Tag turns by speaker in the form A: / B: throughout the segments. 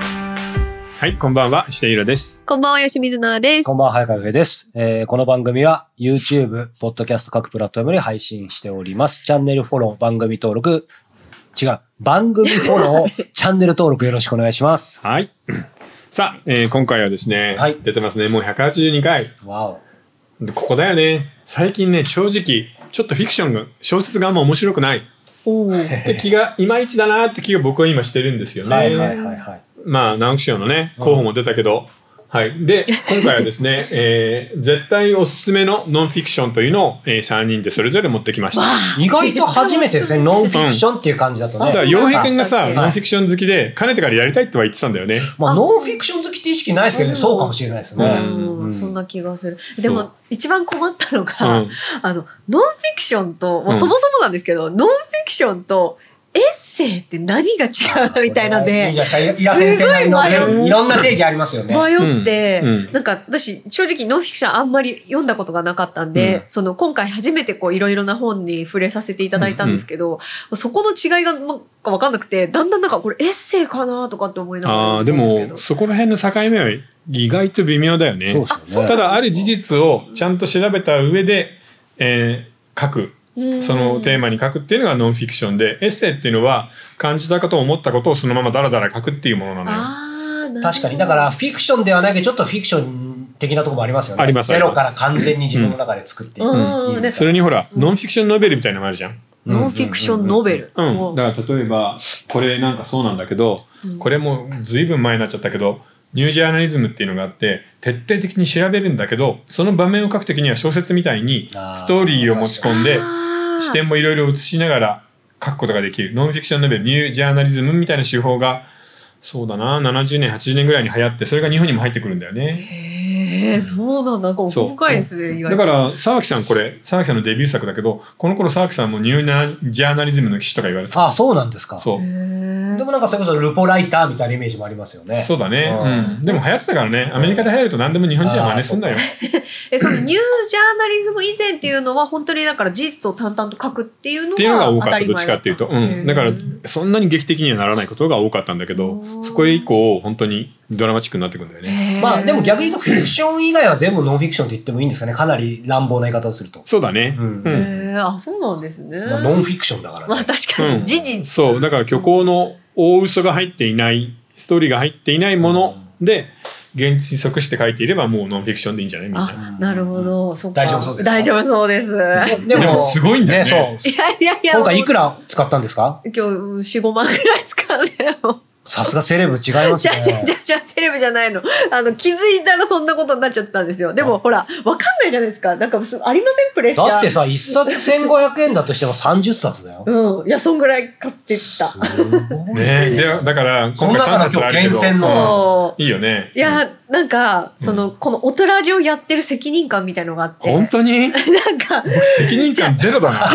A: はい、こんばんは、下ろです。
B: こんばんは、吉水奈々です。
C: こんばんは、早川洋平です、えーこの番組は YouTube、Podcast 各プラットフォームに配信しております。チャンネルフォロー、番組登録、違う、番組フォロー、チャンネル登録よろしくお願いします。
A: はい。 さあ、えー今回はですね、
C: はい
A: 出てますね、もう182回。
C: わお。
A: でここだよね。最近ね、正直、ちょっとフィクションが、小説があんま面白くない
B: おお。
A: って気が、いまいちだなって気が僕は今してるんですよね。
C: はいはいはいはい。
A: まあ、直木賞のね、候補も出たけど、はい。で、今回はですね、えー絶対おすすめのノンフィクションというのを、え3人でそれぞれ持ってきました。
C: 意外と初めてですね、ノンフィクションっていう感じだとね
A: だから、。洋平くんがさ、
B: はい
A: ノンフィクション好きで、かねてからやりたいとは言ってたんだよね。
C: まあ、ノンフィクション好きって意識ないですけどね、そうかもしれないです
A: う
C: ね。
A: ん
B: うんそんな気がする。
A: う
B: でも、一番困ったの
A: う
B: が、
A: ん。
B: あの、ノンフィクションと、もう
A: うん
B: そもそもなんですけど、ノンフィクションとエッセイって何が違う みたいの
C: これは
B: で
C: いい、じゃないですか。イラ先生なり
B: すごい迷
C: の
B: う
C: いろんな定義ありますよね。
B: 迷って、
A: うんうん
B: なんか私、正直ノンフィクションあんまり読んだことがなかったんで、
A: うん
B: その今回初めてこういろいろな本に触れさせていただいたんですけど、もうそこの違いがなんかわかんなくて、だんだんなんかこれエッセイかなとかって思いながら
A: ああ、で
B: 読んですけど
A: も、そこら辺の境目は意外と微妙だよね。
C: そうですよ
A: た
C: ね。
A: だ、ある事実をちゃんと調べた上で、えー書く。
B: うん
A: そのテーマに書くっていうのがノンフィクションで、エッセイっていうのは感じたかと思ったことをそのままダラダラ書くっていうものなのよ。
B: あー
C: 確かに。だか、ら、フィクションではないけど、ちょっとフィクション的なところもありますよね。
A: あります
C: ゼロか
A: あ
C: ら
A: ります
C: 完全に自分の中で作っていく。
B: なるほどうん
C: うん
B: で
A: それにほら、ノンフィクションノベルみたいなのもあるじゃん。
C: うん
B: ノンフィクションノベル。
A: うん、だから例えばこれなんかそうなんだけど、
B: うん
A: これもう随分前になっちゃったけどニュージャーナリズムっていうのがあって徹底的に調べるんだけどその場面を書くときには小説みたいに
C: あー
A: ストーリーを持ち込んで
B: あー
A: 視点もいろいろ映しながら書くことができるノンフィクションノベルニュージャーナリズムみたいな手法がそうだな70年80年ぐらいに流行ってそれが日本にも入ってくるんだよね。
B: へえ、そうなんだ。なんか奥深いですね、意
A: だ
B: 外と
A: から沢木さんこれ沢木さんのデビュー作だけどこの頃沢木さんもニューナジャーナリズムの騎士とか言われてた
C: あ、そうなんですか。
A: そう
B: へえ
C: でもなんかそれこそルポライターみたいなイメージもありますよね。
A: そうだね、
C: うん
A: うんでも流行ってたからねアメリカで流行ると何でも日本人は真似すんだよ
B: えそのニュージャーナリズム以前っていうのは本当にだから事実を淡々と書くっていうのが
A: っていうのが多かったど
B: 当
A: っち
B: り前
A: かっていうと、うん、だからそんなに劇的にはならないことが多かったんだけど
B: うん
A: そこへ以降本当にドラマチックになってくんだよね
B: へえ
C: まあでも逆に言うとフィクション以外は全部ノンフィクションと言ってもいいんですかね。かなり乱暴な言い方をすると。
A: そうだねう
C: うんん、
A: う
B: へ
A: ん
B: えあそうなんですね。
C: まあノンフィクションだから
B: まあ
C: ね。
B: 確かに事実。
A: そうだから虚構の大嘘が入っていないストーリーが入っていないもので現実に即して書いていればもうノンフィクションでいいんじゃないみんな
B: あなるほど。そっか
C: 大丈夫そうですか
B: 大丈夫そうです。いや
C: で
A: でもすごいんだよね
C: そう。
B: いやいや。
C: 今回いく
B: ら
C: ら使ったんですか
B: 今日四五万ぐらい使うね。もう
C: さすがセレブ違います
B: じゃ
C: ね
B: あ。じゃあじゃあじゃあセレブじゃないの。あの、気づいたらそんなことになっちゃったんですよ。でも、ほら、わかんないじゃないですか。なんかす、ありませんプレッシャー。
C: だってさ、一冊1500円だとしても30冊だよ。
B: うん。いや、そんぐらい買ってった。
A: ねでだから今
C: そ
A: 回3
C: の中の
A: 冊
C: 今
A: ある
C: 日
A: け
C: 厳選
A: ど
C: の。
B: そう。
A: いいよね
B: いや、なんか、その、この大人じをやってる責任感みたいのがあって。
A: 本当に
B: なんか、
A: 責任感ゼロだな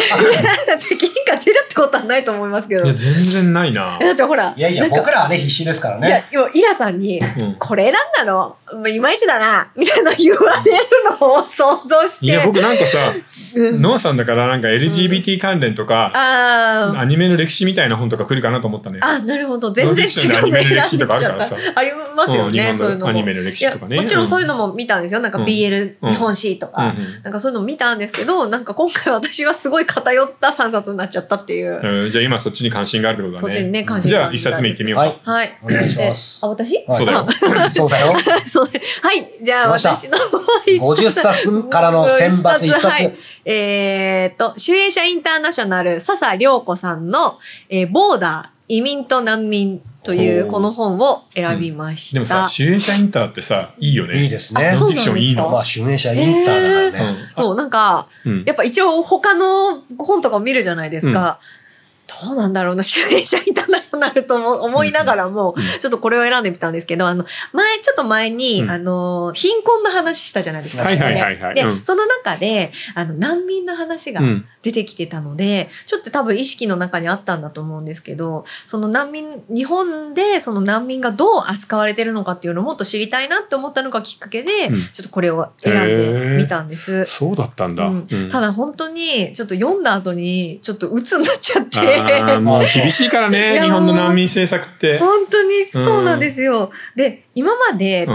B: 責任感ゼロってことはないと思いますけど。
A: いや
B: え
A: 全然ないな
B: だってほら、
C: いやい
B: な
C: や、
B: んか
C: 僕らはね、必死ですから
B: いや
C: ね。、
B: 今、イラさんに、
A: ん
B: これ選んだの、まあいまいちだな、みたいな言われるのを想像して。
A: いや僕なんかさ
B: うん
A: ノアさんだからなんか LGBT 関連とか、
B: あー
A: アニメの歴史みたいな本とか来るかなと思ったね。
B: あ、なるほど。全然違
A: ノン
B: う
A: フィクションでアニメの歴史とかあるからさ
B: ありますよ
A: う
B: ね、
A: ん日
B: そうい
A: 本
B: うの
A: の
B: も。
A: アニメの歴
B: い
A: 史
B: や
A: とかね。
B: もちろんそういう
A: の
B: のも見たんですよ。なんか
A: うん
B: BL
A: うん
B: 日本史とか。なんかそういうの見たんですけど、なんか今回私はすごい偏った3冊になっちゃったっていう。
A: じゃあ今そっちに関心があるってことだね。
B: そっちにね関心
A: じ
B: が
A: ゃ
B: あ
A: あ
B: る
A: 一冊目行ってみよう
C: は
A: か
C: い。。
B: はい。
C: お願いします
B: であ、私
C: はい
A: そうだよ。
C: そうだよ。
B: あそうはい。じゃあ
C: 来ました
B: 私の方一冊
C: 50冊からの選抜一冊
B: はいえーっと、主演者インターナショナル、笹良子さんの、えーボーダー、移民と難民という
A: ほう
B: この本を選びました。
A: でもさ、主演者インターってさ、いいよね。
C: いいです
B: あ
C: ね。
B: そ
A: ノンフィ
B: う
A: クションいいの
C: まあ、主演者インターだからね。
A: う
B: そう、なんか、
A: ん。うん
B: やっぱ一応他の本とかを見るじゃないですか。どうなんだろうな、主演者いたなとなるとも思いながらも、
A: うん
B: ちょっとこれを選んでみたんですけど、あの、前、ちょっと前に、
A: うん
B: あの、貧困の話したじゃないですか。
A: はいはいはい
B: こ
A: は
B: こ
A: い
B: でで、
A: うん
B: その中で、あの、難民の話が
A: うん
B: 出てきてたので、ちょっと多分意識の中にあったんだと思うんですけど、その難民、日本でその難民がどう扱われてるのかっていうのをもっと知りたいなって思ったのがきっかけで、
A: うん
B: ちょっとこれを選んでみたんです。
A: そうだったんだ。
B: うんた
A: だ、
B: だ本当にちょっと読んだ後にちょっと鬱になっちゃって
A: ああーもう厳しいから
B: い
A: ね
B: や
A: 日本の難民政策って。
B: 本当にそうなんですよ。で、今まで単、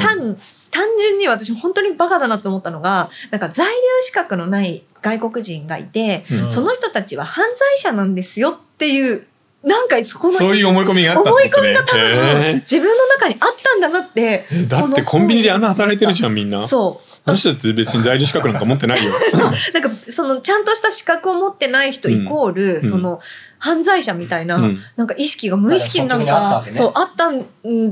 B: 単純に私本当にバカだなと思ったのが、なんか在留資格のない外国人がいて、
A: うん
C: ん
B: その人たちは犯罪者なんですよっていう、なんかそこの
A: そういう思い込みがあったっ
B: 思
A: て
B: い
A: こと
B: 込み
A: ね
B: が多分
A: へ
B: 自分の中にあったんだなって、
A: ーだってコンビニであんな働いてるじゃんみんな。
B: そ
A: あの人だって別に在留資格なんか持ってないよ。
B: う。なんかそのちゃんとした資格を持ってない人イコール、
A: ん
B: その犯罪者みたいな、
A: うん
B: なんか意識が無意識になん
C: まあ
B: か、
C: でも
B: そう、あったん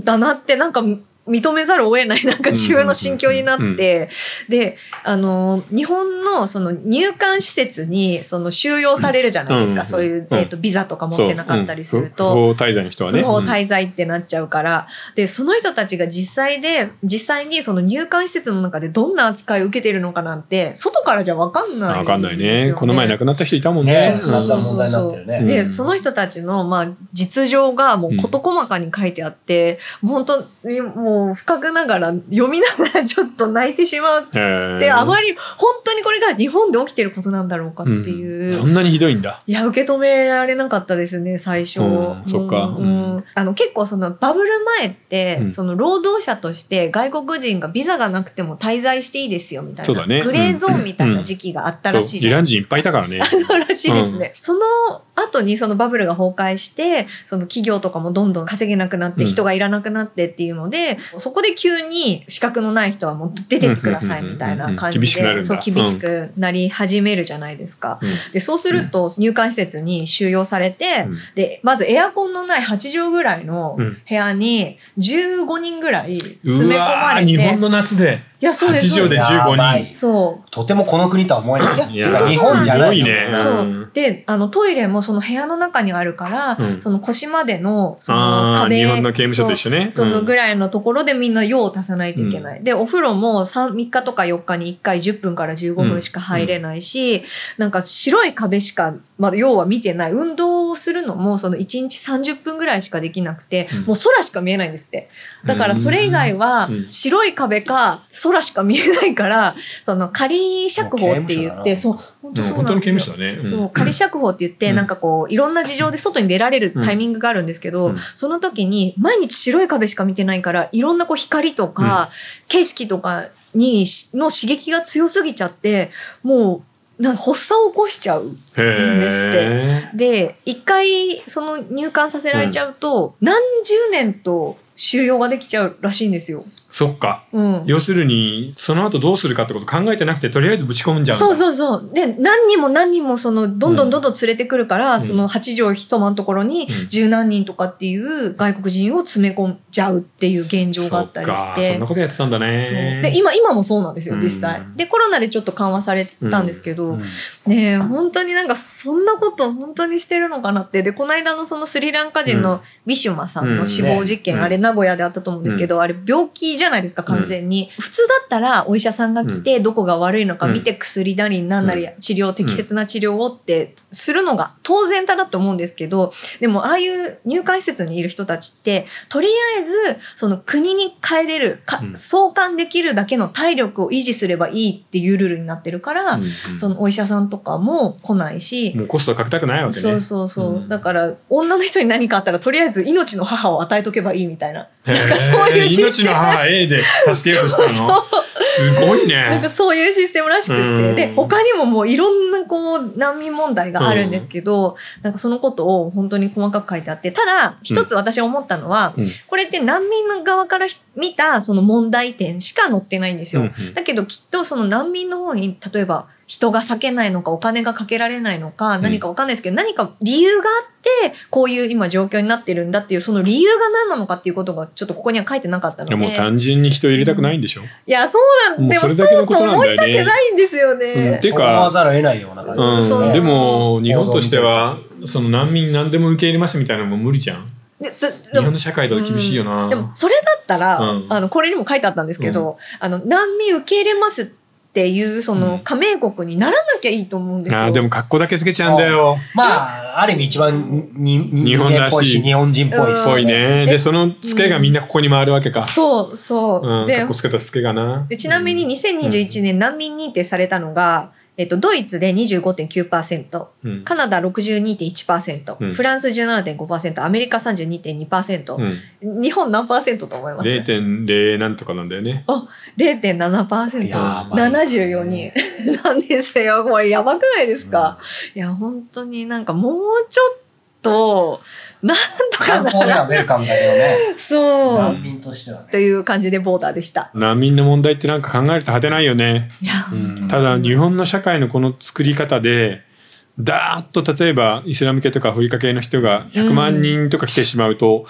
B: だなって、なんか認めざるを得ない、なんか自分の心境になって、
A: うんうんうん
B: で、あの、日本のその入管施設にその収容されるじゃないですか、
A: うん
B: そういう、
A: うん
B: えっ、と、ビザとか持ってなかったりする
A: そう
B: と。
A: うん不不法滞在の人はね。
B: 不法
A: うん
B: 滞在ってなっちゃうから、でその人たちが実際で実際にその入管施設の中でどんな扱いを受けてるのかなんて外からじゃ分かんない
A: わかんない
B: ですよ
A: ね。この前亡くなった人いたもん
C: ね
A: ね。
C: え、散々問題になってるね。
B: で、
A: うん
B: その人たちの、まあ、実情がもう事細かに書いてあって、もう本当にもう深くながら読みながらちょっと泣いてしまうって、
A: で
B: あまり本当にこれが日本で起きてることなんだろうかっていう。
A: そんなにひどいんだ。
B: いや受け止められなかったですね最初、
A: うんそっか
B: うん
A: うん
B: うんあの結構そのバブル前って、
A: うん
B: その労働者として外国人がビザがなくても滞在していいですよみたい
A: そ
B: な
A: うだね
B: グレーゾーンみたいな時期があった
A: そう
B: らしいじ
A: イ
B: ゃな
A: ラン
B: いです
A: 人いっぱ
B: か
A: いいたからね
B: あ。 そうらしいですね、その後にそのバブルが崩壊してその企業とかもどんどん稼げなくなって
A: うん
B: 人がいらなくなってっていうので、そこで急に資格のない人はもう出てってくださいみたい
A: うんうんうんう
B: な感じ
A: ん厳しくなるん
B: で
A: だ
B: そう厳しくなり始めるじゃないですか。
A: うん
B: でそうすると入管施設に収容されて、
A: うん
B: でまずエアコンのない8畳ぐらいの
A: うん
B: 部屋に15人ぐらい詰
A: う
B: め込ま
A: わ
B: れ
A: ー
B: て、
A: 日本
B: い
A: の夏で。
B: やそうですそう
A: 8
B: で
A: 畳
B: す
A: 15人
C: 人。
B: そう
C: とてもこの国とは思えない。
B: いや
C: てか
B: 本当
C: 日本じゃない。
A: すごいね
B: そううんであのトイレもその部屋の中にあるから、
A: うん
B: その腰までのその
A: ああー、
B: 壁
A: 日本の刑務所と一緒ね。
B: そうそうそうぐ
A: らい。
B: らいのところでみんな用を足さないといけない、でお風呂も 3, 3日とか4日に1回10分から15分しか入れないし、なんか白い壁しか、まあ、要は見てない運動をするのもその1日30分ぐらいしかできなくて、
A: うん
B: もう空しか見えないんですってだからそれ以外は
A: うん
B: 白い壁か空しか見えないからその仮釈放って言って
C: も
B: そうう本当
A: うん
B: そう
A: 本
B: な
A: 当
B: ん
A: の
B: で
A: 刑
B: すよ
A: 務所だね。ん
B: そう仮釈放って言って、
A: うん
B: なんかこういろんな事情で外に出られるタイミングがあるんですけど、
A: うん
B: その時に毎日白い壁しか見てないからいろんなこう光とか景色とかにしの刺激が強すぎちゃってもうなん発作を起こしちゃう。
A: へえ。
B: で一回その入管させられちゃうと、何十年と収容ができちゃうらしいんですよ。
A: そっか。
B: うん、
A: 要するに、その後どうするかってこと考えてなくて、とりあえずぶち込んじゃうんだ。
B: そうそうそう。で、何人も何人もその、どんどんどんどん連れてくるから、
A: ん
B: その8畳一間のところに
A: うん
B: 十何人とかっていう外国人を詰め込んじゃうっていう現状があったり
A: そ
B: し
A: っか
B: て。
A: そんなことやってたんだ
B: そう
A: ね。
B: で、今、今もそうなんですよ、実際
A: う。ん
B: で、コロナでちょっと緩和されたんですけど、
C: うん
B: ねえ本当になんかそんなこと本当にしてるのかなって。で、この間のそのスリランカ人
A: う
B: のウィシュマさんの死亡事件、
A: うんね
B: あれ名古屋であったと思うんですけど、あれ病気じゃないですか、完全に。普通だったらお医者さんが来て、どこが悪いのか見て薬なりなんなり治療、適切な治療をってするのが当然だなと思うんですけど、でもああいう入管施設にいる人たちって、とりあえずその国に帰れる、か
A: うん
B: 送還できるだけの体力を維持すればいいっていうルールになってるから、
A: うんうん
B: そのお医者さんとかも来ないし、
A: もうコストかけたくないわけね。
B: そうそうそう、
A: うん
B: だから女の人に何かあったらとりあえず命の母を与えとけばいいみたいな
A: なん
B: かそういうシステム
A: 命の母 A で助けようと したの。すごい
B: な
A: ね
B: んか。そういうシステムらしく
A: う
B: て
A: ん
B: で他にももういろんなこう難民問題があるんですけど、なんかそのことを本当に細かく書いてあってただ一つ私思ったのは、
A: うん
B: これって難民の側から見たその問題点しか載ってないんですよ。
A: うん
B: だけどきっとその難民の方に例えば人が避けないのかお金がかけられないのか
A: ん
B: 何かわかんないですけど、何か理由があってこういう今状況になってるんだっていうその理由が何なのかっていうことがちょっとここには書いてなかったの
A: いや
B: で
A: もう単純に人入れたくないんでしょ。
B: いやそうなん
A: もう
B: で
A: そ
B: も
A: れ
B: そ
A: だけの
B: う
A: こととなん
B: 思
A: だ
B: いた
A: よね
B: くないんですよね。
A: てか
C: そう思わざるを得ないような感じ
B: ん
C: です
A: うん、
C: ね。
A: でも日本としてはその難民何でも受け入れますみたいなのも無理じゃん
B: でつ
A: 日
B: で
A: 本
B: も
A: の社会だと厳しいよな、
B: でもそれだったら、
A: うん
B: あのこれにも書いてあったんですけど、あの難民受け入れますっていうそうの
A: ん
B: 加盟国にならなきゃいいと思うんですよ。
A: あーでも格好だけつけちゃうんだよ
C: まあ、ある意味一番にに
A: 日
C: 人
A: 本
C: 間っ
A: らしい
C: ぽいし、日本人っぽいし。
B: うん
A: ぽいねでそのツケがみんなここに回るわけか、
B: そうそう、
A: うん、
B: で
A: 格好つけたツケがな
B: でちなみに2021年難民認定されたのが、えっと、ドイツで25.9%、
A: うん
B: カナダ62.1%、
A: うん
B: フランス17.5%、アメリカ32.2%、
A: うん、
B: 日本何パーセントと思います
A: 0.0なんとかなんだよね。
C: いや
B: 0.7%。
C: ーまあ
B: 74人。何ですよ、これやばくないですか、いや、本当になんかもうちょっと、なんとか
C: 観
B: な
C: 光にはウェルカムだけどね。
B: そう、
C: 難品としてはね。
B: という感じでボーダーでした。
A: 難民の問題ってなんか考えると果てないよね。
B: いや、
C: うん
A: ただ日本の社会のこの作り方で、だーっと例えばイスラム系とかアフリカ系の人が100万人とか来てしまうと、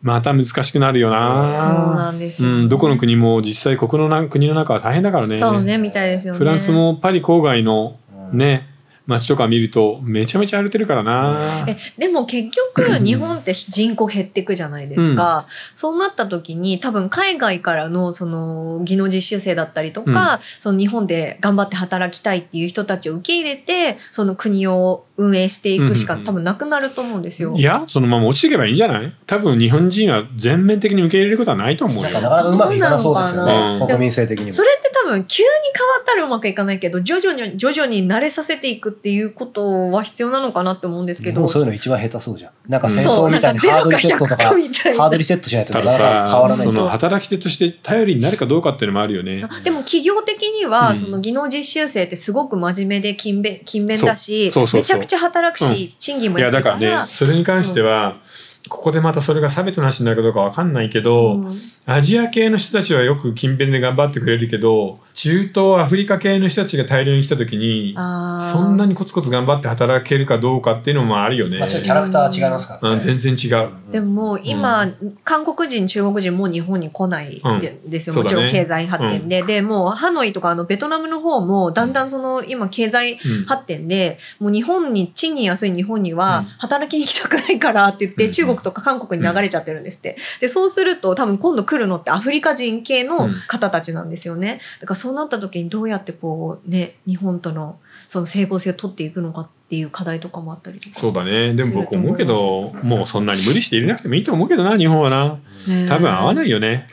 A: また難しくなるよな。
B: そうなんですよ、
A: うん、どこの国も実際国のな国の中は大変だからね。
B: そうね、みたいですよね。
A: フランスもパリ郊外の
C: うん
A: ね、街とか見るとめちゃめちゃ荒れてるからな。
B: えでも結局日本って人口減ってくじゃないですか、そうなった時に多分海外からのその技能実習生だったりとか、その日本で頑張って働きたいっていう人たちを受け入れてその国を運営していくし
A: う
B: か
A: んうんうん
B: 多分なくなると思うんですよ。
A: いや、そのまま落ちていけばいいんじゃない多分日本人は全面的に受け入れることはないと思う
C: なん
A: よ。
C: かなかなかうまくいかなそうです
A: そ
C: よ
A: うなのかな
C: ね。国民性的にも。
B: それって多分急に変わったらうまくいかないけど徐々に徐々に慣れさせていくっていうことは必要なのかなって思うんですけ
C: 日
B: ど
C: 本そういうの一番下手そうじゃん。なんか戦
B: そ
C: 争
B: うな
C: み
B: ん
C: た
B: か
C: いに
B: ゼ
C: ハー
B: ロ
C: ド
B: か
C: リセ
B: 100
C: ット
B: か
C: とか、
B: みたい
C: ハー
B: な
C: ド。リセットしないと
A: た
C: な
A: だ
C: かなか変
A: さ、
C: わらない
A: そ
C: と。
A: の働き手として頼りになるかどうかっていうのもあるよね。
B: あでも企業的には、
A: うん
B: その技能実習生ってすごく真面目で勤勉勤勉だし
A: そうそうそうそう
B: めちゃくちゃ働くし、賃金も
A: いや、
B: 安
A: だ
B: いか
A: かららね、それに関しては、ここでまたそれが差別の話になるかどうかわかんないけど、
B: うん
A: アジア系の人たちはよく勤勉で頑張ってくれるけど、中東、アフリカ系の人たちが大量に来た時に、
B: あー
A: そんなにコツコツ頑張って働けるかどうかっていうのもあるよね。
C: まあちょっとキャラクターは違いますから
A: う
C: ね
A: ん、。全然違う。
B: でも今、韓国人中国人もう日本に来ないでですよ、
A: うん
B: もちろ
A: そうんだね
B: 経済発展で、でもうハノイとかあのベトナムの方もだんだんその今経済
A: うん
B: 発展で、もう日本に賃金安い日本に
A: う
B: は
A: ん
B: 働きに行きたくないからって言っ
A: う
B: て
A: ん
B: 中国とか韓国に流れちゃってるんですって。で、そうすると多分今度来るのってアフリカ人系
A: う
B: の
A: ん
B: 方たちなんですよね。だからそうなった時にどうやってこうね、日本とのその整合性を取っていくのかっていう課題とかもあったりとか。
A: そうだね。でも僕思うけど、もうそんなに無理して入れなくてもいいと思うけどな、日本はな。
B: ね
A: 多分合わないよね。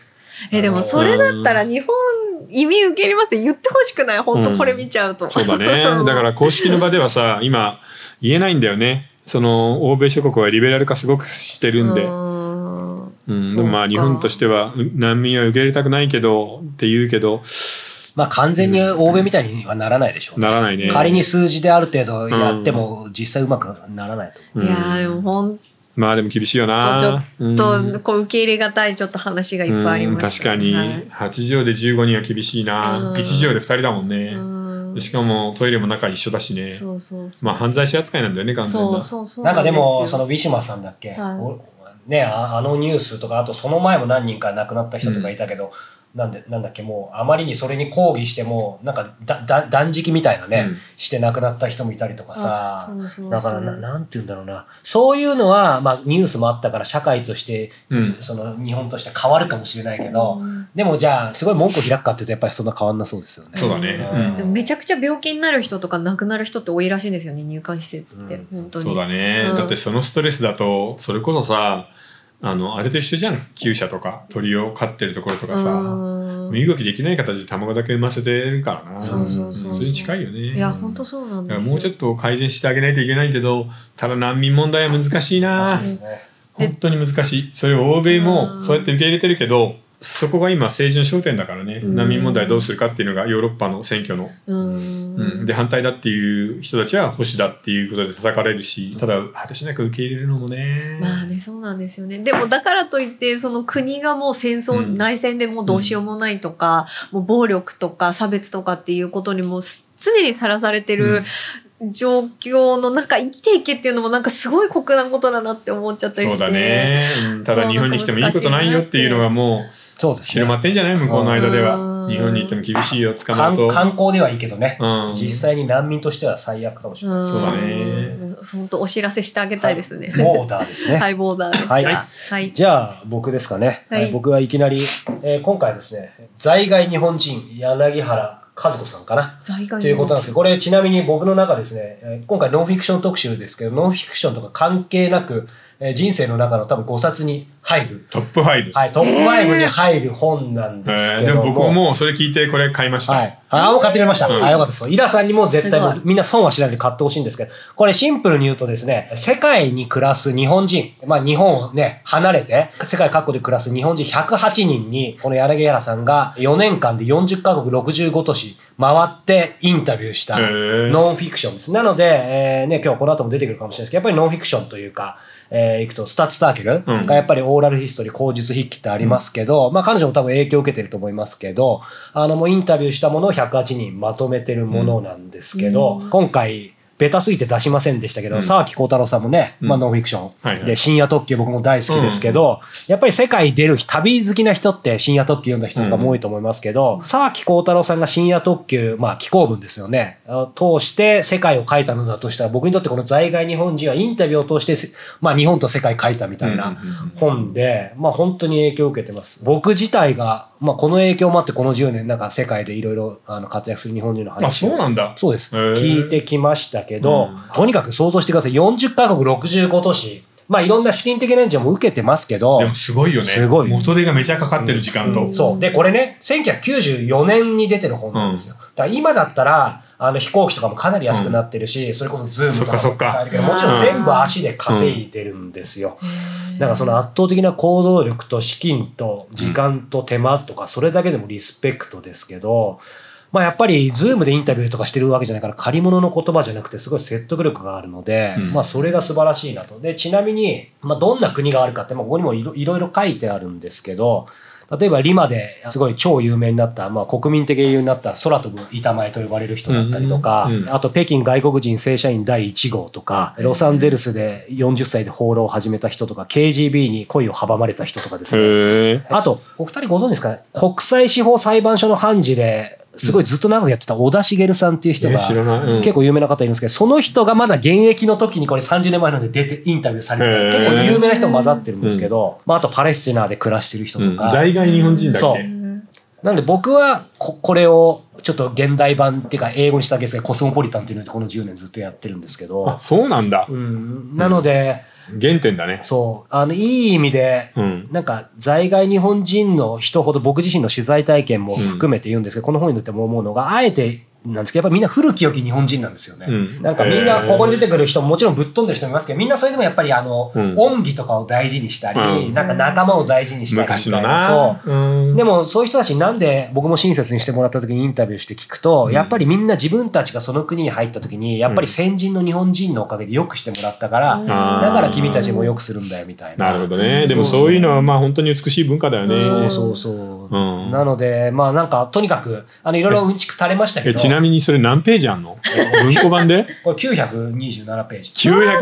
B: え、でもそれだったら日本移民受け入れますって言ってほしくない。本当これ見ちゃうと。
A: そう だね。だから公式の場ではさ、今、言えないんだよね。その、欧米諸国はリベラル化すごくしてるん で。
B: うん
A: うん、
B: そう
A: で
B: か
A: もまあ日本としてはう難民は受け入れたくないけどって言うけど
C: まあ完全に欧米みたいにはならないでしょうね。
A: ならないね
C: 仮に数字である程度やっても実際うまくならないと。
A: うん
B: いやーでも本
A: まあでも厳しいよな
B: ちょっ
A: うん
B: とこう受け入れがたいちょっと話がいっぱいありました
A: うん確かに、
B: はい
A: 8畳で15人は厳しいな、
B: うん
A: 1畳で2人だもんね、
B: うん
A: しかもトイレも中一緒だしね
B: そうそうそう
A: まあ犯罪者扱いなんだよね完全な
B: そうそうそう
C: なんかでも、
B: す
C: そ
B: よ
C: のウィシュマさんだっけ、
B: はい
C: おねあ、あのニュースとか、あとその前も何人か亡くなった人とかいたけど、なんでなんだっけ、もうあまりにそれに抗議しても、なんかだだ断食みたいなね、
A: うん
C: して亡くなった人もいたりとか
B: あそ
C: さ、
B: うそうそう
C: だからな、なんて言うんだろうな、そういうのは、まあ、ニュースもあったから、社会として、
A: うん
C: その日本として変わるかもしれないけど、
B: うん
C: でもじゃあ、すごい文句を開くかっていうと、やっぱりそんな変わんなそうですよね。
A: そうだね、
C: うん
A: うん
B: でもめちゃくちゃ病気になる人とか亡くなる人って多いらしいんですよね入管施設って、
C: うん
B: 本当に
A: そうだね、
B: うん
A: だってそのストレスだとそれこそさあのあれと一緒じゃん厩舎とか鳥を飼ってるところとかさ、
B: うん
A: 身動きできない形で卵だけ産ませてるからな
B: そうそうそうそうん
A: それに近いよね
B: いや本当そうなん
A: だか
B: で
A: ら
B: す
A: もうちょっと改善してあげないといけないけどただ難民問題は難しいな、
C: そうですね
A: 本当に難しいそれを欧米
B: う
A: も
B: ん
A: そうやって受け入れてるけどそこが今政治の焦点だからね
B: うん
A: 難民問題どうするかっていうのがヨーロッパの選挙の、
B: うん
A: うんで反対だっていう人たちは保守だっていうことで叩かれるしただ果てしなく受け入れるのもね,、
B: まあね、そうなんですよね。でもだからといって、その国がもう戦争、
A: うん
B: 内戦でもうどうしようもないとか、もう暴力とか差別とかっていうことにもうす常にさらされてる状況の中、生きていけっていうのもなんかすごい酷なことだなって思っちゃったり
A: そ
B: して。
A: うだね、うんただ日本に来てもいいことないよっていうのがもう
C: そうですね
A: 広まってんじゃない向こうの間で
B: う
A: は
B: ん
A: 日本に行っても厳しいよ捕ま
C: 観
A: ると。
C: 観光ではいいけどね、
A: うん
C: 実際に難民としては最悪かもしれない。
B: ん
A: そうだね。
B: もう本当お知らせしてあげたいですね。
C: ボーダーですね。
B: ハイボーダーでした。
C: は
B: はいい。
C: じゃあ、僕ですかね。
B: はい
C: はい僕はいきなり、えー今回ですね、在外日本人、柳原和子さんかな。
B: 在外
C: ということなんですけど、これちなみに僕の中ですね、えー今回ノンフィクション特集ですけど、ノンフィクションとか関係なく、えー人生の中の多分5冊に入る、
A: トップ5。
C: はい、トップ5に入る本なん
A: え
C: です
A: ー
C: け
A: で
C: ども。
A: も僕ももうそれ聞いてこれ買いました。
C: はい。あ、もう買ってくれました。
A: うん
C: あ、よかったです。イラさんにも絶対
B: すごい
C: みんな損はしないで買ってほしいんですけど、これシンプルに言うとですね、世界に暮らす日本人、まあ日本をね、離れて、世界各国で暮らす日本人108人に、この柳原さんが4年間で40カ国65都市回ってインタビューした
A: へー
C: ノンフィクションです。なので、えーね、今日この後も出てくるかもしれないですけど、やっぱりノンフィクションというか、えー、いくと、スタッツ・ターケル
A: うん
C: がやっぱりオーラルヒストリー、口述筆記ってありますけど、まあ彼女も多分影響を受けてると思いますけど、あのもうインタビューしたものを108人まとめてるものなんですけど、
B: うん
C: 今回、ベタすぎて出しませんでしたけど、
A: うん
C: 沢木幸太郎さんもね、
A: うん
C: まあノンフィクションで、
A: はいはい
C: 深夜特急僕も大好きですけど、やっぱり世界出る人旅好きな人って深夜特急読んだ人とかも多いと思いますけど、沢木幸太郎さんが深夜特急、まあ、紀行文ですよね、あ通して世界を変えたのだとしたら、僕にとってこの在外日本人はインタビューを通してせ、まあ、日本と世界変えたみたい
A: う
C: な。
A: んうんうん
C: 本で、まあ本当に影響を受けてます。僕自体が、まあこの影響もあってこの10年なんか世界でいろいろあの活躍する日本人の話を
A: あ、そうなんだ。
C: そうです。
A: へー
C: 聞いてきましたけ
A: う
C: ど、
A: ん
C: とにかく想像してください。40カ国65都市。まあいろんな資金的な援助も受けてますけど
A: で、もすごいよね。
C: すごい
A: 元手がめちゃかかってる時間と。
B: うん
C: そう。で、これね、1994年に出てる本なんですよ。だから今だったら、あの飛行機とかもかなり安くなってるし、それこそズ
A: そっ
C: ームとか
A: かそっ
C: も
A: か
C: 使えるけど、もちろん全部足で稼いでるんですよ。なんかその
B: あ
C: 圧倒的な行動力と資金と時間と手間とか、それだけでもリスペクトですけど、まあやっぱり、ズームでインタビューとかしてるわけじゃないから、借り物の言葉じゃなくて、すごい説得力があるので、
A: うん
C: まあそれが素晴らしいなと。で、ちなみに、まあどんな国があるかって、まあここにもいろいろいろ書いてあるんですけど、例えばリマですごい超有名になった、まあ国民的英雄になった空飛ぶ板前と呼ばれる人だったりとか、
A: うんうんうん
C: あと北京外国人正社員第1号とか、ロサンゼルスで40歳で放浪を始めた人とか、KGB に恋を阻まれた人とかですね。
A: へえ。
C: あと、お二人ご存知ですかね国際司法裁判所の判事で、すごいずっと長くやってた小田茂さんっていう人が、
A: え知らないうん
C: 結構有名な方いるんですけど、その人がまだ現役の時にこれ30年前なんで出てインタビューされてたり、
A: へ
C: 結
A: ー
C: 構有名な人も混ざってるんですけど、まあ、あとパレスチナで暮らしてる人
A: うん
C: とか、
A: 在外日本人だ
C: そ
A: っ
C: う
A: け
C: なんで僕はここれをちょっと現代版っていうか英語にしたわけですけどコスモポリタンっていうのでこの10年ずっとやってるんですけど
A: あ、、そうなんだ
C: う。ん、なので、
A: 原点だね。
C: そうあのいい意味で
A: うん。
C: なんか在外日本人の人ほど僕自身の取材体験も含めて言うんですけど、この本にとっても思うのがあえてなんですけどやっぱみんな古き良き日本人なんですよね。
A: うん
C: なんかみんなここに出てくる人ももちろんぶっ飛んでる人もいますけどみんなそれでもやっぱりあの、
A: うん
C: 恩義とかを大事にしたり、
A: うん
C: なんか仲間を大事にしたりみたい
A: 昔の
C: そう
A: な。うん
C: でもそういう人たちになんで僕も親切にしてもらった時にインタビューして聞くと、
A: うん
C: やっぱりみんな自分たちがその国に入った時にやっぱり先人の日本人のおかげでよくしてもらったから、
B: うん
A: あー
C: だから君たちもよくするんだよみたいな。
A: なるほどね。でも
C: そうそう
A: そういうのはまあ本当に美しい文化だよね。
C: そうそうそう。
A: うん
C: なのでまあなんかとにかくあのいろいろうんちく垂れましたけ
A: え、
C: ど
A: ちなみにそれ何ページあんの文庫版で
C: これ927ページ。
A: 927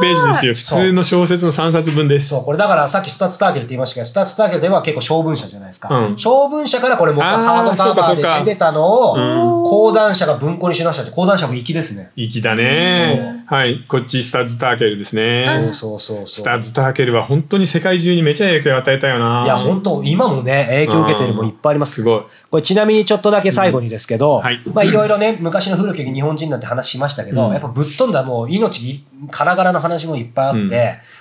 A: ページですよ。普通の小説の3冊分です。
C: そう、これだからさっきスタッツターゲルって言いましたけど、スタッツターゲルでは結構小文社じゃないですか。
A: うん
C: 小文社からこれ僕はハードカバーで出てた
A: そ
C: の
A: うかそう
C: を、講談社が文庫にしましたって、講談社も粋ですね。
A: 粋だね。はい。こっちスタッズ・ターケルです
C: そう
A: ね。
C: そうそうそ
A: ス
C: う。
A: タッズ・ターケルは本当に世界中にめちゃ影響を与えたよな。
C: いや、本当今もね、影響受けてるもいっぱいあります。
A: すごい。
C: これちなみにちょっとだけ最後にですけど、
A: んはい
C: まあいろいろね、昔の古き日本人なんて話しましたけど、
A: うん
C: やっぱぶっ飛んだもう命ガラガラの話もいっぱいあって、
A: うん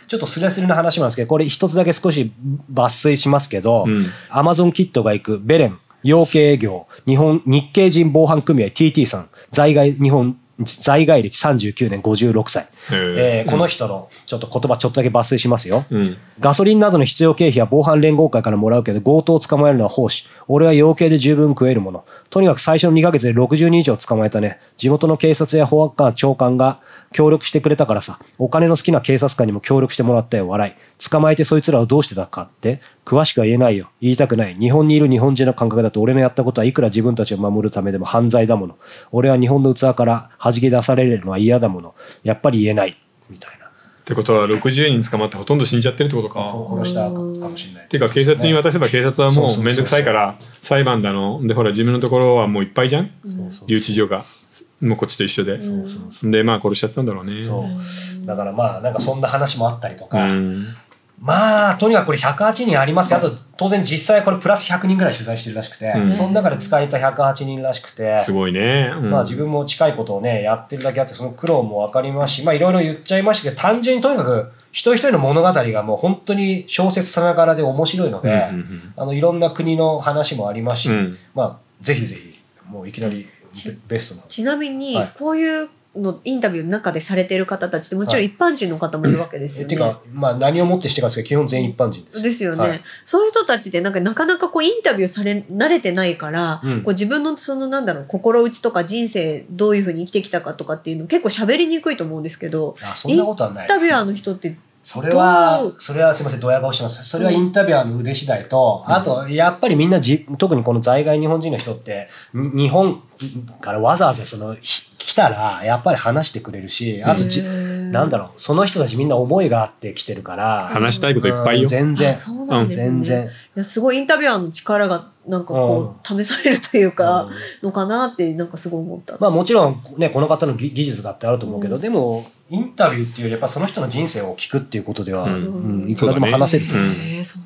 C: ちょっとスレスレの話もあるんですけど、これ一つだけ少し抜粋しますけど、
A: うん
C: アマゾンキットが行くベレン、養鶏営業、日本、日系人防犯組合 TT さん、在外、日本、在外歴39年56歳。
A: へ
C: えーこの人のちょっと言葉ちょっとだけ抜粋しますよ。
A: うん。
C: ガソリンなどの必要経費は防犯連合会からもらうけど、強盗を捕まえるのは奉仕。俺は養鶏で十分食えるもの。とにかく最初の2ヶ月で60人以上捕まえたね。地元の警察や保安官、長官が協力してくれたからさ。お金の好きな警察官にも協力してもらったよ。笑い。捕まえてそいつらをどうしてたかって詳しくは言えないよ。言いたくない。日本にいる日本人の感覚だと俺のやったことはいくら自分たちを守るためでも犯罪だもの。俺は日本の器から弾き出されるのは嫌だもの。やっぱり言えない。みたいな。
A: ってことは60人捕まってほとんど死んじゃってるってことか。
C: 殺したかもしれない。
A: ていうか警察に渡せば警察は
C: そうそう
A: も
C: そうう
A: めんどくさいから裁判だの。でほら自分のところはもういっぱいじゃん
C: そうそう
A: 留置所が。もうこっちと一緒で。
C: そうそうそ
A: でまあ殺しちゃってたんだろうね。
C: うそうだからまあなんかそんな話もあったりと
A: う
C: か、
A: ん。
C: まあとにかくこれ108人ありますけどあと当然実際これプラス100人ぐらい取材してるらしくて、
A: うん
C: その中で使えた108人らしくて。
A: すごいね。うん
C: まあ自分も近いことをねやってるだけあってその苦労も分かりますしまあいろいろ言っちゃいましたけど単純にとにかく一人一人の物語がもう本当に小説さながらで面白いので、あのいろんな国の話もありますし、
A: うん
C: まあぜひぜひもういきなり
B: ち
C: ベベストな
B: ちなみに
C: はい
B: こういうのインタビューの中でされてる方たちってもちろん一般人の方もいるわけです
C: え
B: よ
C: て
B: ね。
C: いうか、まあ、何をもってしてかですけど基本全員一般人です。
B: ですよね、
C: はい
B: そういう人たちってなんかなかなかこうインタビューされ慣れてないから、
A: うん
B: こう自分のそのなんだろう心打ちとか人生どういうふうに生きてきたかとかっていうの結構喋りにくいと思うんですけど
C: あそんなことはな
B: イン
C: い。
B: タビュアーの人って
C: それは
B: どう、
C: それはすみません、ドヤ顔してます。それは
B: うん
C: インタビュアーの腕次第と、
A: うん
C: あと、やっぱりみんなじ、特にこの在外日本人の人って、に日本からわざわざその、ひ来たら、やっぱり話してくれるし、あとじ、な
B: なん
C: だろう、その人たちみんな思いがあって来てるから、
A: 話したいこといっぱいよ
C: うん。全然、
B: そうなんですね、
C: 全然。
B: いやすごいインタビュアーの力がなんかこう試されるという
C: う
B: か、
C: ん
B: のかなってなんかすごい思った。
C: まあもちろんね、この方の技技術だってあると思うけど、
B: うん
C: でも、インタビューっていうよりやっぱその人の人生を聞くっていうことでは、
A: う
C: うんんいくらでも話せると
A: うん
B: へえそう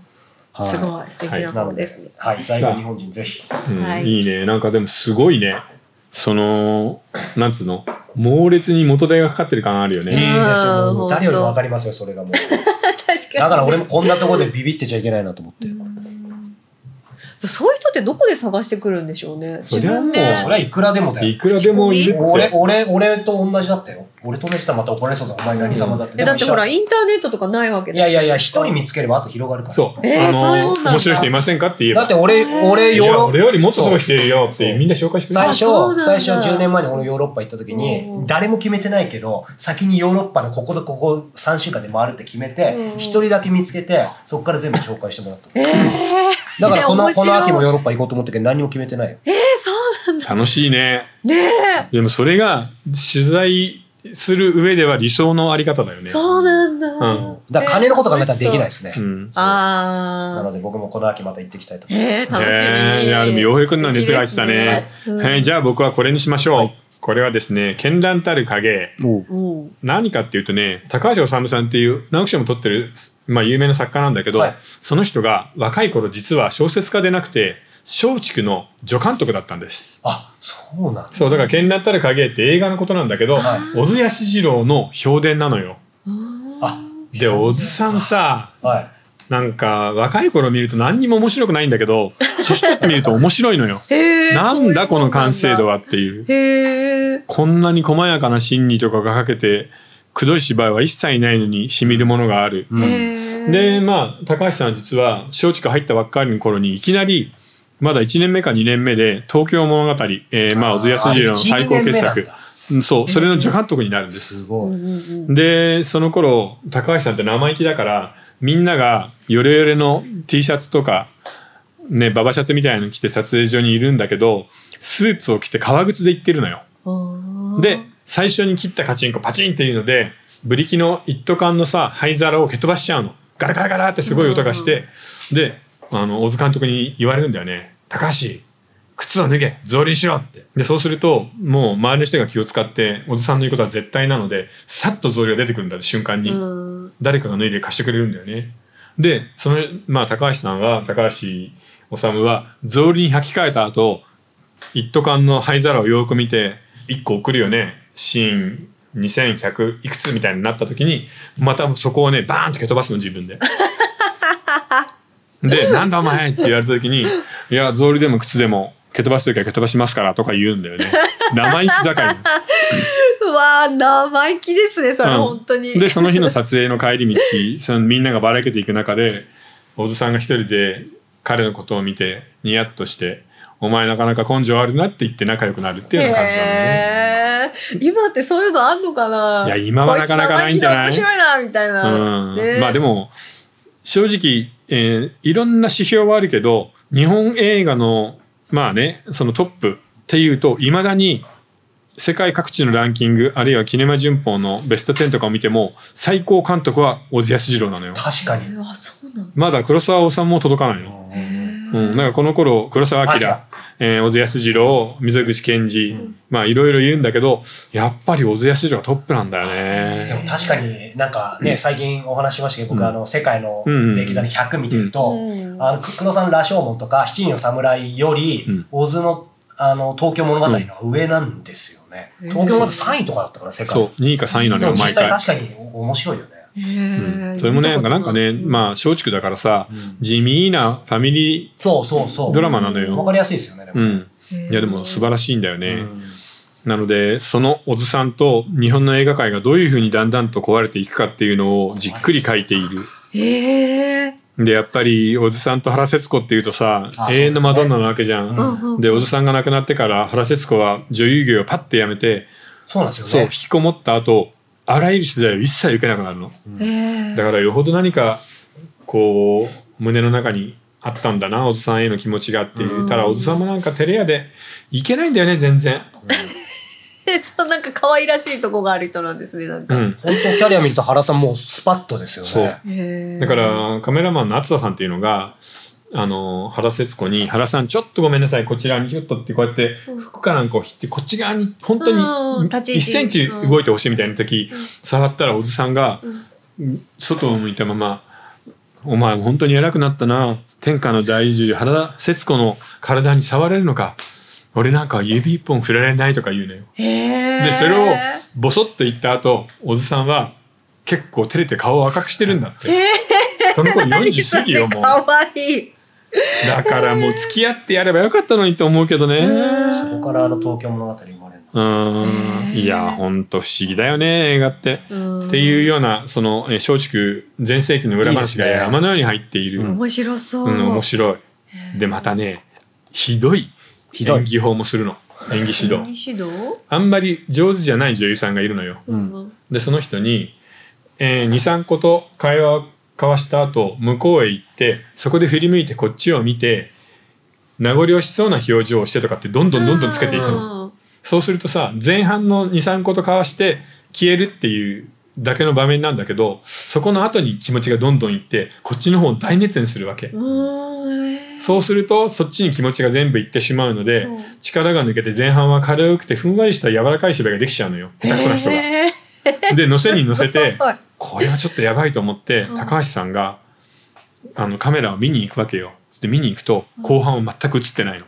C: は
B: すごい素敵な
C: な
B: 方
C: の
B: ですね。
C: はい、在外日本人ぜひ。
A: うん
B: はい
A: いいねなんかでもすごいねそのなんつうの猛烈に元手がかかってる感あるよ
C: いいで
A: ね、
C: すよ。
B: 本
C: も
B: 当
C: う誰よりも分かりますよ、それがもう。
B: 確かに。
C: だから俺もこんなところでビビってちゃいけないなと思って。
B: うんそうそういう人ってどこで探してくるんでしょうね。
A: そ
B: 自
A: りゃ
B: 分
A: もう
B: で
C: それはいくらでもだ
A: い
C: よ。
A: くらでもいるって
C: 俺、俺、俺と同じだったよ。俺と同じだったらまた怒られそうだ。お前何様だって。
B: えだってほら
C: い
B: インターネットとかないわけだ
C: やいやいや、一人見つければあと広がるから。
A: そう、
B: えーそういうもんなんだ
A: 面白い人いませんかって言えば
C: だって俺、俺、
A: い
C: ヨー
A: や
C: ロ
A: 俺よりもっとすごい人いるよって
C: そう
A: みんな紹介してくれ
C: 最
A: る
B: あ
C: 初
B: そうなんだ
C: 最初10年前にこのヨーロッパ行った時
B: う
C: に
B: ん
C: 誰も決めてないけど先にヨーロッパのこことここ3週間で回るって決めて
B: うん
C: 一人だけ見つけてそこから全部紹介してもらった
B: えー、えー、
C: だからこの
B: 面
C: こ
B: 白い
C: の秋もヨーロッパ行こうと思ったけど何も決めてないよ
B: そうなんだ
A: 楽しいね
B: ね
A: でもそれが取材する上では理想のあり方だよ
B: え
A: ね
B: そうなんだ、
A: うん
C: だから金のこと考えたらできないですね
A: うん
C: そうな
B: あ
C: ので僕もこの秋また行ってきたいと思いま
B: え
C: す
B: ー、楽しみ
A: ねえいやでも洋平君の熱が入ってたね
B: 素敵ですうん
A: はい、じゃあ僕はこれにしましょう、これはですね「絢爛たる影
C: おう
B: うん」
A: 何かっていうとね高橋治さんっていう直木賞も取ってる、まあ、有名な作家なんだけど、
C: はい
A: その人が若い頃実は小説家でなくて松竹の助監督だったんです
C: あそうなんだ
A: そうだから「絢爛たる影」って映画のことなんだけど
C: はい
A: 小津安二郎の評伝なのよ
C: あ
A: で小津さんさ
C: はい
A: なんか若い頃見ると何にも面白くないんだけ ど年取って見ると面白いのよ
B: へえ
A: なんだこの完成度
B: は
A: はっていう
B: へえ
A: こんなに細やかな心理とかがかけてくどい芝居は一切ないのにしみるものがある、
C: うん
A: でまあ高橋さんは実は松竹入ったばっかりの頃にいきなりまだ1年目か2年目で「東京物語」えーまあ小津安二郎の最高傑
C: あ12年目なん
A: 作
C: だ
A: うんそうそれの助監督になるんですす
B: うん
C: ご
B: う
C: い
B: んうん
A: でその頃高橋さんって生意気だからみんながヨレヨレの T シャツとかねババシャツみたいなの着て撮影所にいるんだけどスーツを着て革靴で行ってるのよ。
B: あー
A: で最初に切ったカチンコパチンっていうのでブリキの一斗缶のさ灰皿を蹴飛ばしちゃうのガラガラガラってすごい音がして、であの小津監督に言われるんだよね「高橋靴を脱げ草履にしろ」ってでそうするともう周りの人が気を使って小津さんの言うことは絶対なのでさっと草履が出てくるんだって瞬間に、
B: うん
A: 誰かが脱いで貸してくれるんだよね。でその、まあ、高橋さんは高橋治は草履に履き替えた後一斗缶の灰皿をよく見て1個送るよねシーン2100いくつみたいになった時にまたそこをねバーンと蹴飛ばすの自分で。で「なんだお前!」って言われた時に「いや草履でも靴でも蹴飛ばす時は蹴飛ばしますから」とか言うんだよね。生意気盛り。
B: うわー生意気ですねそれ、
A: うん
B: 本当に
A: でその日の撮影の帰り道 そのみんながばらけていく中で小津さんが一人で彼のことを見てニヤッとして「お前なかなか根性あるな」って言って仲良くなるっていうような感じなのね。
B: へー今ってそういうのあんのかないい
A: や今はなかなかないんじゃない
B: 面白いなみたいな、
A: うん、まあでも正直、えーいろんな指標はあるけど日本映画のまあねそのトップっていうといまだに世界各地のランキングあるいはキネマ旬報のベスト10とかを見ても最高監督は小津安二郎なのよ。
C: 確かに
B: うわそうなんだ
A: まだ黒沢治も届かないの。うん、なんかこの頃黒澤明、えー小津安二郎溝口健二、まあいろいろ言うんだけどやっぱり小津安二郎がトップなんだよ
C: で
A: ね。
C: も確かになんかね、最近お話ししましたけど、僕
A: うん
C: あの、世界の
A: うん
C: 歴代の100見てると、
B: うん
C: あの、久野さん、羅生門とか、七人の侍よ
A: う
C: り
A: ん、
C: 大津の、あの、東京物語の方が上なんですよね。
B: うん
C: 東京物語3位とかだったから、世界。
A: そう2位か3位な
C: で
A: の
C: も
A: よ
C: 実
A: 毎
C: 際
A: 回。
C: 確かに面白いよね。
A: うんそれもねなんかなんかねまあ松竹だからさ
C: うん
A: 地味なファミリ
C: そうそうそう。
A: ードラマなの
C: わ
A: よ
C: か。りやすいですよね、で
A: う
C: も。
A: ん、いやでも素晴
D: ら
A: らしいんだよ
C: う
A: ね。
C: ん
A: なのでその小津さんと日本の映画界がどういうふうにだんだんと壊れていくかっていうのをじっくり書いている。
D: しい。へえ。
A: でやっぱり小津さんと原節子っていうとさ
C: あ
A: 永遠のマドンナなわけじゃん。
C: うん
A: で小津さんが亡くなってから原節子は女優業をパッてやめて
C: そうなんです
A: そう
C: よ
A: 引
C: ね。
A: きこもった後あらゆる取材を一切受けなくなるの。
D: へえ。
A: だ
D: か
A: からよほど何かこう胸の中にあったんだなおずさんへの気持ちがっていう、
D: うん
A: ただおずさんもなんか照れ屋でいけないんだよね全然、
D: ら、 そうなんか可愛らしいとこがある人なんですね。なん
A: う
D: か。
A: ん、
C: 本当キャリア見ると原さんもうスパッとですよね。
A: そう
D: へえ。
A: だか。らカメラマンの厚田さんっていうのがあの原節子に「原さんちょっとごめんなさいこちらにひょっと」ってこうやって
D: うん
A: 服かなんかを引ってこっち側に本
D: う
A: 当
D: ん
A: に
D: 立ち位
A: 1
D: 置
A: センチ動いてほしいみたいな時
D: うん
A: 触ったらおずさんが
D: うん
A: 外を向いたまま「お前本当に偉くなったな天下の大女優原節子の体に触れるのか俺なんかは指一本振られない」とか言うのよ。
D: へえ。
A: でそれをボソッと言った後おずさんは結構照れて顔を赤くしてるんだって。
D: え
A: そ の子40過ぎよもう。
D: 可愛い。
A: だからもう付き合ってやればよかったのにと思うけどね。
C: そこからあの東京物語生まれるの。
A: うーん。いや、ほんと不思議だよね、映画っ
D: っ
A: て。っていうような、その、えー松竹全盛期の裏話が
C: いいですね
A: 山のように入っている。
C: うん
D: 面白そう。
A: うん、面白い。で、またね、ひどい
C: ひど
A: 演
C: い。
A: 技法もするの。演技指導。
D: 指導。
A: あんまり上手じゃない女優さんがいるのよ。で、その人に、えー、2、3個と会話を交わした後、向こうへ行って、そこで振り向いてこっちを見て、名残惜しそうな表情をしてとかってどんどんどんどんつけていくの。
D: の。
A: そうするとさ前半の23個と交わして消えるっていうだけの場面なんだけどそこの後に気持ちがどんどんいってこっちの方を大熱演するわけ、
D: うん。
A: そうするとそっちに気持ちが全部いってしまうので、
D: うん
A: 力が抜けて前半は軽くてふんわりした柔らかい芝居ができちゃうのよ下手くそな人が。
D: へ
A: で乗せに乗せて
D: ー。はい
A: これはちょっとやばいと思って、
D: うん
A: 高橋さんがあのカメラを見に行くわけよつって見に行くと後半は全く映ってないの。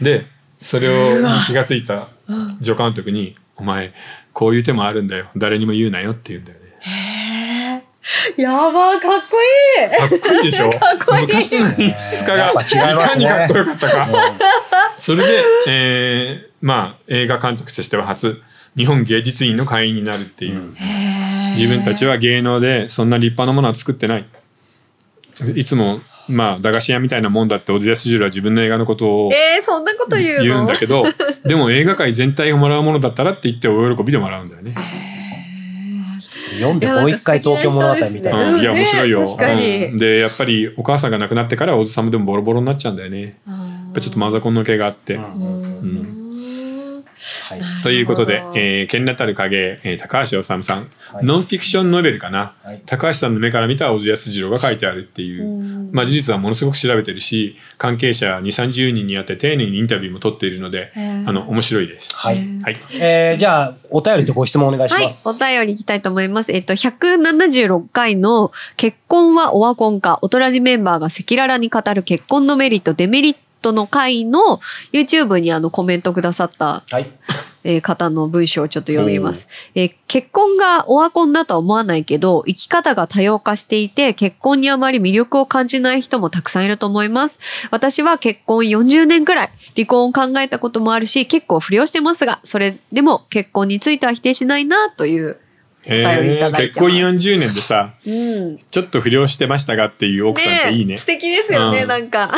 A: でそれを気がついた
D: うん
A: 助監督に「お前こういう手もあるんだよ誰にも言うなよ」って言うんだよね。
D: へーやばー、かっこいい。
A: かっこいいでし ょ
D: かっこいい
A: 昔の演出家が
C: や
A: い
C: っぱ違いま
A: か
C: す
A: に
C: ね
A: かっこよかったか。
C: う
A: それで、えーまあ映画監督としては初日本芸術院の会員になるっていう、
C: ん
A: 自分たち
D: は
A: は芸能でそんな立派なものは作ってない。いつもまあ駄菓子屋みたいなもんだって小津安二郎は自分の映画のことを
D: えー、そんなこと言うの
A: 言うんだけどでも映画界全体をもらうものだったらって言ってお喜びでもらうんだよね。
C: 読んでもう一回東京物語みたいな。
A: うん、いや
D: ね
A: 面白いよ、
D: 確かに
A: うんでやっぱりお母さんが亡くなってからおじさんもでもボロボロになっちゃうんだよねやっ
D: や
A: ぱちょっとマザコンの毛があって、
C: うん
D: うん
C: はい。
A: ということで
D: なるほ
A: 「
D: ど
A: えー、剣なたる影、えー高橋治さん」
C: はい
A: ノンフィクションノベルかな、
C: はい
A: 高橋さんの目から見た小津安二郎が書いてあるっていう、まあ、事実はものすごく調べてるし関係者2 3 0人にあって丁寧にインタビューも取っているので、あの面白いです。
C: はい
A: はい
C: えーじゃあ、お便りとご質問お願いし
B: はい
C: ま、す。
B: お便りいきたいと思います。えっと、176回の結婚はオワコンか、おとらじメンバーが赤裸々に語る結婚のメリット、デメリットの回の YouTube にあのコメントくださった、
C: はい。
B: えー方の文章をちょっと読みます。えー結婚がオワコンだとは思わないけど、生き方が多様化していて、結婚にあまり魅力を感じない人もたくさんいると思います。私は結婚40年くらい、離婚を考えたこともあるし、結構不良してますが、それでも結婚については否定しないな、という。
A: え
B: お便りいた
A: ー
B: だい
A: 結
B: てます
A: 婚40年でさ
B: うん。
A: ちょっと不良してましたがっていう奥さんっていいね
D: 素敵ですよね、
A: うん
D: なんか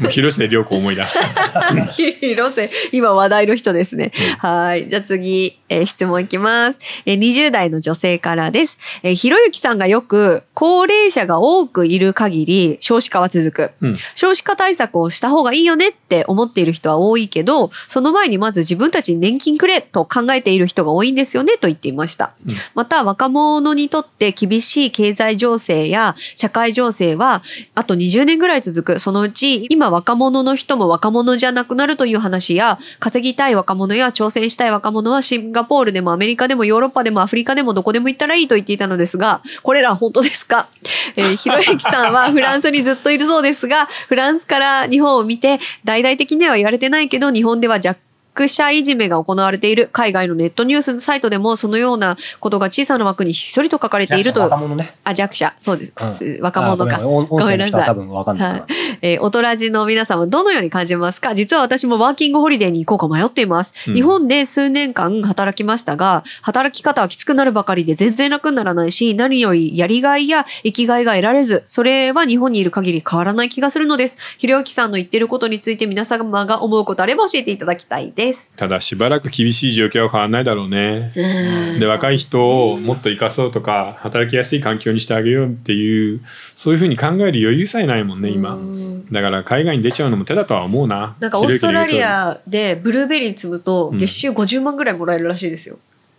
A: もう広末涼子思い出す。
B: 広瀬、今話題の人ですね。はい。じゃあ次、えー質問いきます。えー20代の女性からです。えーひろゆきさんがよく、高齢者が多くいる限り、少子化は続く。
A: うん
B: 少子化対策をした方がいいよねって思っている人は多いけど、その前にまず自分たちに年金くれと考えている人が多いんですよねと言っていました。
A: うん
B: また、若者にとって厳しい経済情勢や社会情勢は、あと20年ぐらい続く。そのうち、今若者の人も若者じゃなくなるという話や、稼ぎたい若者や挑戦したい若者はシンガポールでもアメリカでもヨーロッパでもアフリカでもどこでも行ったらいいと言っていたのですが、これら本当で すかえーひろゆきさんはフランスにずっといるそうですが、フランスから日本を見て、大々的には言われてないけど、日本では若育者いじめが行われている海外のネットニュースサイトでもそのようなことが小さな枠にひっそりと書かれていると
C: 若者ね。
B: あ弱者そうです、若
C: あご
B: 者
C: め
B: か
C: んごめん音
B: ごめ
C: 声
B: ん
C: の
B: な
C: 人
B: さ
C: はい多分わかんないから。
B: えー、おとらじの皆さんはどのように感じますか実は私もワーキングホリデーに行こうか迷っています。
A: うん
B: 日本で数年間働きましたが、働き方はきつくなるばかりで全然楽にならないし、何よりやりがいや生きがいが得られず、それは日本にいる限り変わらない気がするのです。ひろゆきさんの言ってることについて皆様が思うことあれば教えていただきたいです。
A: ただしばらく厳しい状況は変わらないだろうね。で若い人をもっと生かそうとか働きやすい環境にしてあげようっていうそういうふうに考える余裕さえないもんね今だから海外に出ちゃうのも手だとは思うな
B: なんかオーストラリ
A: ひろゆきの言う通
B: アでブルーベリー摘むと
A: うん
B: 月収50万ぐらいもらえるらし いですよ。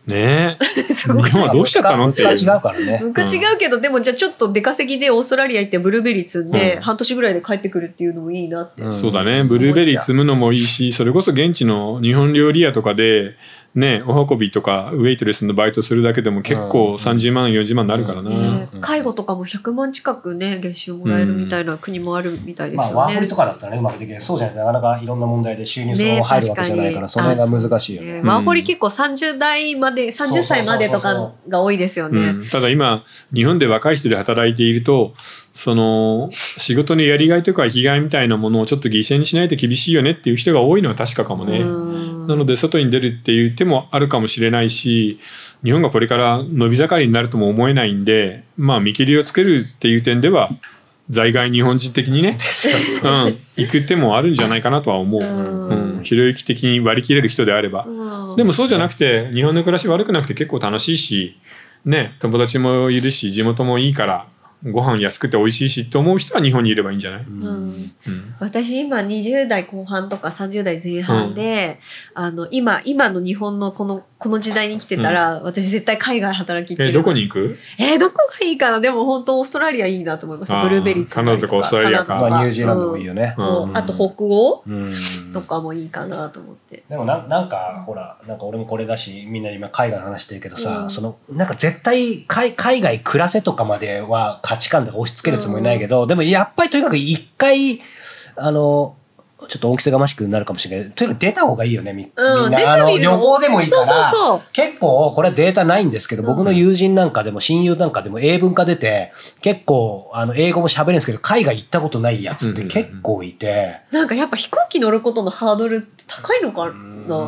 A: りね え
B: すごい
A: 日本はどうしちゃったのっていう
C: 物価が違うからね。
B: 文化違うけど、でもじゃあちょっと出稼ぎでオーストラリア行ってブルーベリー摘んで、
A: うん
B: 半年ぐらいで帰ってくるっていうのもいいなって。
C: ん
A: そうだねブルーベリー摘むのもいいしそれこそ現地の日本料理屋とかでねお運びとかウェイトレスのバイトするだけでも結構
C: うん
A: 30万40万になるからな、
C: う
B: ね
C: ん
B: え介護とかも100万近くね月収もらえるみたいな国もあるみたいです
C: ま
B: よ
C: あ
B: ね。
C: ワーホリとかだったらねうまくできる。そうじゃないとなかなかいろんな問題で収入そのまま入るわけじゃないから、
B: ね
C: その辺が難しいよね。
B: ね
A: うん
B: ワーホリ結構30代まで30歳までとかが多いですよ
A: う
B: ね。
A: ん、ただ今日本で若い人で働いているとその仕事のやりがいとか生きがいみたいなものをちょっと犠牲にしないと厳しいよねっていう人が多いのは確かかもね。
B: うん
A: なので外に出るっていう手もあるかもしれないし日本がこれから伸び盛りになるとも思えないんでまあ見切りをつけるっていう点では在外日本人的にね、うん、行く手もあるんじゃないかなとは思う。
B: うん
A: うん、ひろゆき的に割り切れる人であれば。
B: うん
A: でもそうじゃなくて日本の暮らし悪くなくて結構楽しいしね友達もいるし地元もいいからご飯安くて美味しいしと思う人は日本にいればいいんじゃない、
C: うん
B: うん
A: うん
B: 私今20代後半とか30代前半で、あの今今の日本のこのこの時代に来てたら、私絶対海外働き行って
A: え
B: る
A: どこに行く
B: えー、どこがいいかなでも本当オーストラリアいいなと思いまし
A: あ
B: た
A: ー
B: ブルーベリー摘ん
A: カナ
B: だり
A: ダとかオーストラリアか
B: カナ
C: ま
B: ダと
C: あニュージーランドもいいよね
B: う。んそう、
A: うん
B: あと北欧
C: うん
B: とかもいいかなと思って、
C: でもなんなんかほらなんか俺もこれだしみんな今海外の話してるけどさ、
B: うん
C: そのなんか絶対海海外暮らせとかまでは価値観で押し付けるつもりないけど、でもやっぱりとにかく一回あのちょっと大きさがましくなるかもしれないけどとにかく出た方がいいよねみ,、
B: うん
C: みんなあの
B: 出てみる
C: 旅
B: の
C: 行でもいいから
B: そうそう
C: 結構これはデータないんですけど、
B: うん
C: 僕の友人なんかでも親友なんかでも英文化出て結構あの英語も喋れるんですけど海外行ったことないやつって結構いて。
B: なんかやっぱ飛行機乗ることのハードルって高いのかな、
C: う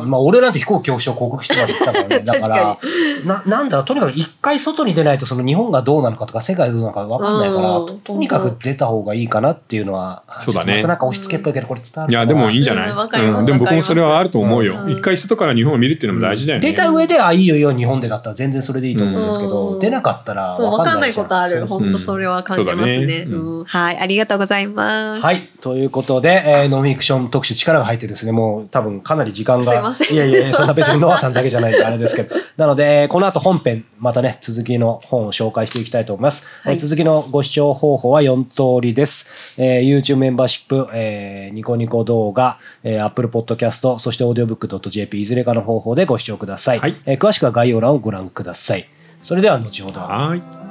C: んまあ俺なんて飛行機恐怖症克服してまで行ったから ねだからななんだろうとにかく一回外に出ないとその日本がどうなのかとか世界がどうなのか分かんないから
B: うん
C: ととにかく出た方がいいかなっていうのは
A: そうだね
C: ちょっとまたなんか押し付けっぽいけどこれ伝わる
A: い
C: かな
A: やでもいいんじゃない、
B: うんわかります
A: でも僕もそれはあると思う
B: わ
A: よ
B: かります
A: 一回外から日本を見るっていうのも大事だよね
C: 出た上であいいよいいよ日本でだったら全然それでいいと思うんですけど、
B: うん
C: 出なかったら
B: そう
C: 分
B: わ
C: か
B: か
C: ん
B: ん
C: な
B: ないい
C: じゃ
B: こ
C: ん
B: とある本当
A: うん
B: それは感じますね,、
A: そうだねうん
B: うんはいありがとうございます、
C: はい。ということで、えーノンフィクション特集力が入ってですね、もう多分かなり時間が。
B: すいません
C: やいやいや、そんな 別にノアさんだけじゃないんであれですけど。なので、この後本編、またね、続きの本を紹介していきたいと思います。
B: はい
C: えー続きのご視聴方法は4通りです。えー YouTube メンバーシップ、えーニコニコ動画、えー Apple Podcast、そして audiobook.jp、いずれかの方法でご視聴ください。
A: はい
C: えー詳しくは概要欄をご覧ください。それでは後ほど。
A: はい